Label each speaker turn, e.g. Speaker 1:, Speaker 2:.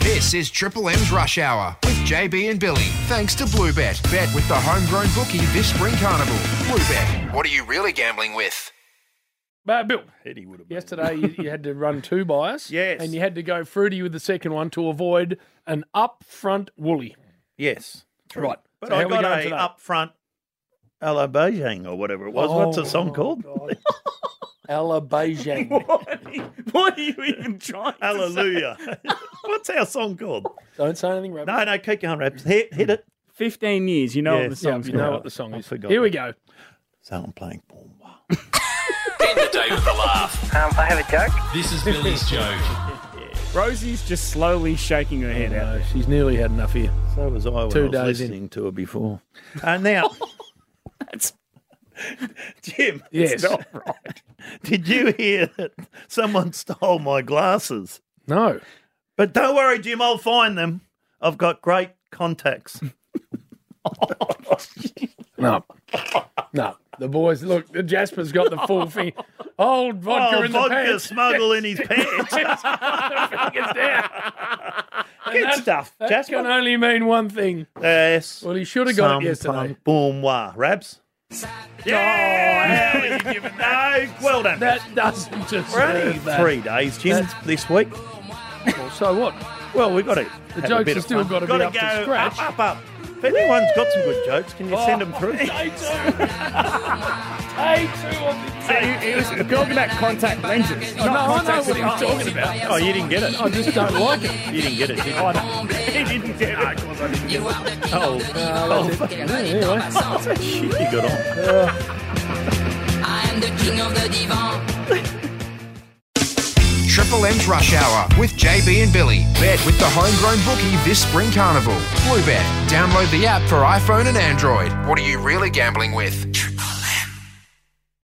Speaker 1: This is Triple M's Rush Hour with JB and Billy. Thanks to Bluebet. Bet with the homegrown bookie this spring carnival. Bluebet. What are you really gambling with?
Speaker 2: But Bill,
Speaker 3: Eddie would have been.
Speaker 2: yesterday you, you had to run two buyers.
Speaker 3: Yes.
Speaker 2: And you had to go fruity with the second one to avoid an upfront woolly.
Speaker 3: Yes.
Speaker 2: Right.
Speaker 3: But
Speaker 2: So
Speaker 3: I
Speaker 2: how we
Speaker 3: got
Speaker 2: going
Speaker 3: a
Speaker 2: today?
Speaker 3: upfront Hello Beijing or whatever it was. What's
Speaker 2: Oh,
Speaker 3: the song called?
Speaker 2: Ella Beijing.
Speaker 4: What are you even trying?
Speaker 3: Hallelujah. What's our song called?
Speaker 2: Don't say anything, Rabbit.
Speaker 3: No, no, keep going, Raps. Hit, hit it.
Speaker 4: Fifteen years, you know
Speaker 3: Yeah.
Speaker 4: what the song's
Speaker 2: You
Speaker 4: called.
Speaker 2: know what the song
Speaker 3: I
Speaker 2: is.
Speaker 3: forgot
Speaker 2: Here we
Speaker 3: that.
Speaker 2: go.
Speaker 3: So I'm playing Boomba.
Speaker 5: This is Billy's joke.
Speaker 4: Rosie's just slowly shaking her head out.
Speaker 2: No, she's nearly had enough here.
Speaker 3: So was I when
Speaker 2: Two
Speaker 3: I was
Speaker 2: days in.
Speaker 3: listening to it before. And now,
Speaker 4: That's
Speaker 3: Jim,
Speaker 2: Yes.
Speaker 3: did you hear that someone stole my glasses?
Speaker 2: No.
Speaker 3: But don't worry, Jim, I'll find them. I've got great contacts.
Speaker 2: No. No. The boys, look, Jasper's got the full thing. Old vodka
Speaker 3: Oh,
Speaker 2: in the
Speaker 3: vodka
Speaker 2: pants.
Speaker 3: smuggle in his pants.
Speaker 2: Fingers down.
Speaker 3: Good stuff,
Speaker 2: That
Speaker 3: Jasper.
Speaker 2: can only mean one thing.
Speaker 3: Yes.
Speaker 2: Well, he should have got it yesterday.
Speaker 3: Boom, wah. Rabs?
Speaker 2: Oh,
Speaker 3: Yeah! no, well done.
Speaker 2: That doesn't just
Speaker 3: We're only
Speaker 2: that.
Speaker 3: three days, Jim,
Speaker 2: That's-
Speaker 3: this week.
Speaker 2: So what?
Speaker 3: Well, we've got to.
Speaker 2: The
Speaker 3: have a
Speaker 2: jokes
Speaker 3: bit
Speaker 2: have
Speaker 3: of
Speaker 2: still
Speaker 3: fun.
Speaker 2: gotta be
Speaker 3: Gotta
Speaker 2: up to
Speaker 3: go
Speaker 2: scratch. Oh.
Speaker 3: Up, up, up. If anyone's got some good jokes, can you send them through?
Speaker 4: Oh, He was talking about contact lenses.
Speaker 2: No,
Speaker 4: not
Speaker 2: I know
Speaker 4: contact
Speaker 2: what he was
Speaker 4: lenses.
Speaker 2: talking about.
Speaker 3: Oh, you didn't get it.
Speaker 2: I just don't like it.
Speaker 3: You didn't get it, did you? Oh, no.
Speaker 4: He didn't get
Speaker 2: Ah,
Speaker 4: it.
Speaker 3: Oh, fucking shit you got on.
Speaker 6: I'm the king of the divan.
Speaker 1: Triple M's Rush Hour with JB and Billy. Bet with the homegrown bookie this spring carnival. Bluebet. Download the app for iPhone and Android. What are you really gambling with?